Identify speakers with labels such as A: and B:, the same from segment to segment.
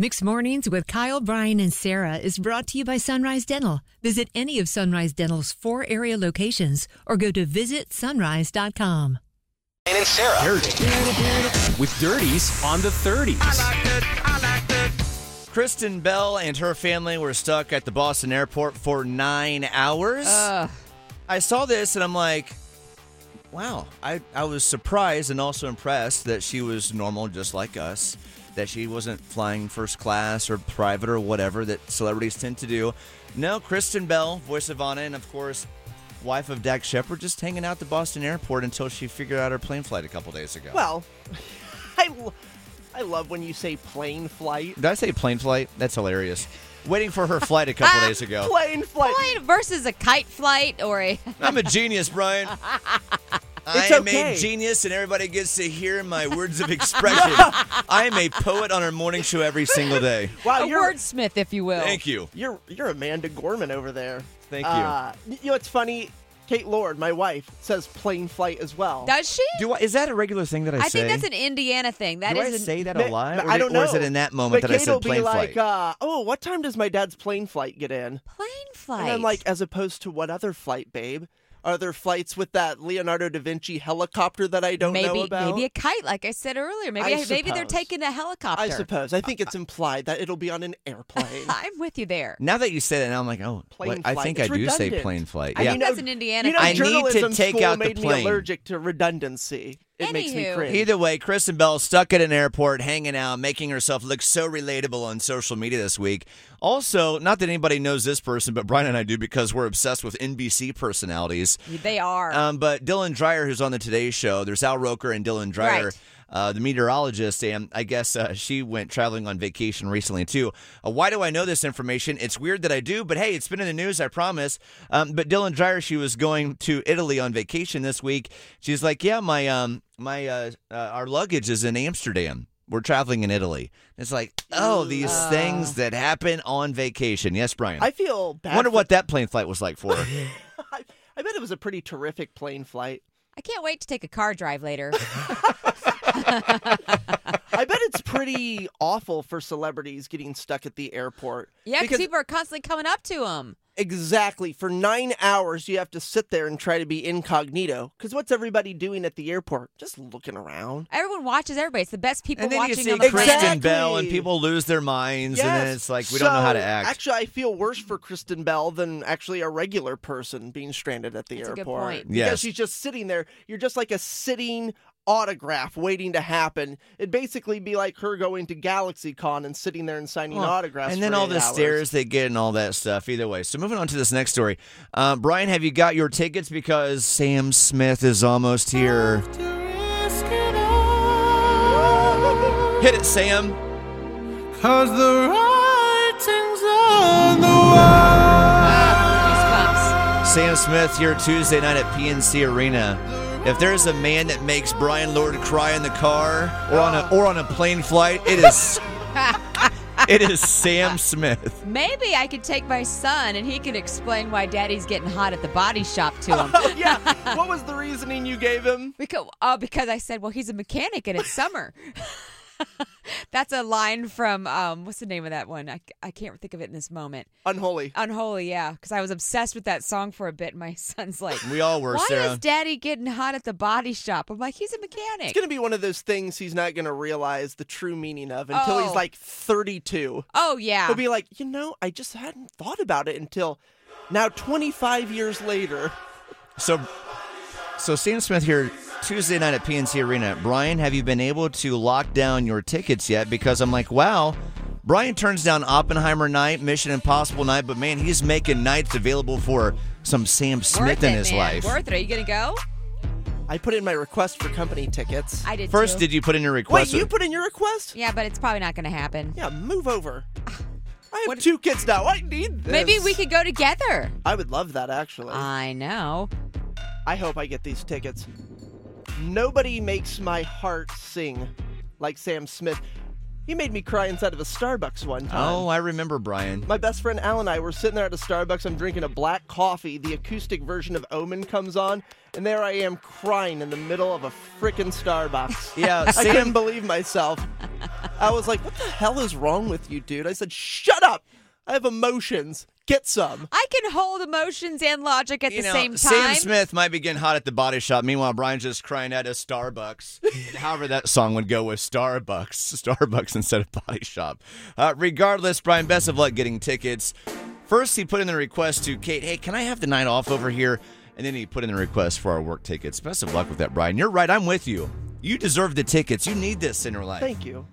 A: Mixed Mornings with Kyle, Brian, and Sarah is brought to you by Sunrise Dental. Visit any of Sunrise Dental's four area locations or go to visitsunrise.com.
B: and Sarah.
C: with Dirties on the 30s.
D: Kristen Bell and her family were stuck at the Boston airport for nine hours. I saw this and I'm like, wow. I, I was surprised and also impressed that she was normal, just like us, that she wasn't flying first class or private or whatever that celebrities tend to do. No, Kristen Bell, voice of Anna, and of course, wife of Dak Shepard, just hanging out at the Boston airport until she figured out her plane flight a couple days ago.
B: Well, I, l- I love when you say plane flight.
D: Did I say plane flight? That's hilarious. Waiting for her flight a couple days ago.
B: Plane flight.
E: Plane versus a kite flight or a
D: I'm a genius, Brian. I
B: It's
D: am
B: okay.
D: a genius, and everybody gets to hear my words of expression. I am a poet on our morning show every single day.
B: Wow,
E: a
B: you're,
E: wordsmith, if you will.
D: Thank you.
B: you're you're Amanda Gorman over there.
D: Thank you.
B: Uh, you know it's funny. Kate Lord, my wife, says plane flight as well.
E: Does she?
D: Do I, is that a regular thing that I,
E: I
D: say?
E: think that's an Indiana thing. That
D: Do I
E: is an-
D: say that
B: Ma-
D: a lot?
B: ma-
D: Or
B: I
D: did-
B: don't know.
D: Or is it in that moment
B: but
D: that I
B: Kate
D: said
B: will be
D: plane
B: like,
D: flight?
B: uh, "Oh, what time does my dad's plane flight get in?"
E: plane flight.
B: And I'm like, as opposed to what other flight, babe? Are there flights with that Leonardo da Vinci helicopter that I don't know
E: maybe
B: about?
E: maybe a kite, like I said earlier. Maybe
B: I
E: maybe they're
B: suppose.
E: taking a helicopter.
B: I suppose. I
E: Uh,
B: think it's implied that it'll be on an airplane.
E: I'm with you there.
D: now that you say that, now I'm like, oh,
B: Plane
D: what- I
B: flight.
D: think
B: It's
D: I do say
B: redundant.
D: plane flight.
E: I
D: yeah.
E: think that's an Indiana
B: You know,
D: I
E: thing.
D: need to
B: journalism
D: take
B: school
D: out the
B: made me
D: plane.
B: allergic to redundancy. It makes me
E: Anywho.
B: cringe.
D: Either way, Kristen Bell stuck at an airport, hanging out, making herself look so relatable on social media this week. Also, not that anybody knows this person, but Brian and I do because we're obsessed with NBC personalities.
E: They are.
D: Um, but Dylan Dreyer, who's on the Today Show, there's Al Roker and Dylan Dreyer,
E: Right.
D: uh, the meteorologist, and I guess uh, she went traveling on vacation recently too. Uh, why do I know this information? It's weird that I do, but hey, it's been in the news, I promise. Um, but Dylan Dreyer, she was going to Italy on vacation this week. She's like, yeah, my um, my uh, uh, our luggage is in Amsterdam. We're traveling in Italy. It's like, oh, these things that happen on vacation. Yes, Brian.
B: I feel bad.
D: wonder
B: for-
D: what that plane flight was like for her.
B: I, I bet it was a pretty terrific plane flight.
E: I can't wait to take a car drive later.
B: I bet it's pretty awful for celebrities getting stuck at the airport.
E: yeah, because
B: because
E: people are constantly coming up to them.
B: exactly for nine hours you have to sit there and try to be incognito. Because what's everybody doing at the airport? Just looking around.
E: Everyone watches everybody. It's the best people
D: and then
E: watching
D: you see
E: on the
D: Kristen
B: Exactly.
E: planet.
D: Bell, and people lose their minds, and then
B: Yes.
D: it's like we don't know how to
B: So,
D: act.
B: Actually, I feel worse for Kristen Bell than actually a regular person being stranded at the
E: That's a good
B: airport.
E: point.
B: Because
D: Yes.
B: she's just sitting there. You're just like a sitting autograph waiting to happen. It'd basically be like her going to GalaxyCon and sitting there and signing autographs.
D: and then
B: for
D: all
B: eight
D: the
B: hours.
D: stairs they get and all that stuff. Either way, so moving on to this next story, uh, Brian, have you got your tickets? Because Sam Smith is almost here. Hit it, Sam.
F: Cause the writing's on the
E: Ah,
D: Sam Smith here Tuesday night at PNC Arena. If there's a man that makes Brian Lord cry in the car or on
E: Oh.
D: a or on a plane flight, it is it is Sam Smith.
E: goosebumps. Maybe I could take my son and he could explain why daddy's getting hot at the body shop to him.
B: Oh, yeah. what was the reasoning you gave him?
E: Because oh, because I said, well, he's a mechanic and it's summer. That's a line from um, what's the name of that one? I, I can't think of it in this moment.
B: Unholy.
E: Unholy, yeah, because I was obsessed with that song for a bit. And my son's like,
D: We all were,
E: Why
D: Sarah.
E: is Daddy getting hot at the body shop? I'm like, he's a mechanic.
B: It's going to be one of those things he's not going to realize the true meaning of until
E: Oh.
B: he's like 32.
E: oh yeah,
B: He'll be like, you know, I just hadn't thought about it until now 25 years later.
D: So, so Sam Smith here Tuesday night at PNC Arena. Brian, have you been able to lock down your tickets yet? Because I'm like, wow. Brian turns down Oppenheimer night, Mission Impossible night, but man, he's making nights available for some Sam Smith
E: worth
D: in
E: it,
D: his
E: man.
D: life.
E: Worth it. Are you gonna go?
B: I put in my request for company tickets.
E: I did.
D: First,
E: too.
D: did you put in your
B: Wait,
D: request?
B: you put in your request?
E: yeah, but it's probably not gonna happen.
B: Yeah, move over. I have
E: What-
B: two kids now. I need this.
E: Maybe we could Uh, go together.
B: I would love that, actually.
E: I know.
B: I hope I get these tickets. Nobody makes my heart sing like Sam Smith. He made me cry inside of a Starbucks one time.
D: Oh, I remember Brian.
B: My best friend Al and I were sitting there at a Starbucks. I'm drinking a black coffee. The acoustic version of Omen comes on, and there I am crying in the middle of a frickin' Starbucks.
D: Yeah,
B: I couldn't
D: Sam.
B: believe myself. I was like, what the hell is wrong with you, dude? I said, shut up. I have emotions. Get some.
E: I can hold emotions and logic at
D: You
E: the
D: know,
E: same
D: Sam
E: time.
D: Smith might be getting hot at the body shop. Meanwhile, Brian's just crying at a Starbucks. And However, that song would go with Starbucks, Starbucks instead of body shop. Uh, regardless, Brian, best of luck getting tickets. First, he put in the request to Kate, hey, can I have the night off over here? And then he put in the request for our work tickets. Best of luck with that, Brian. You're right. I'm with you. You deserve the tickets. You need this in your life.
B: Thank you.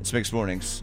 D: It's Mixed Mornings.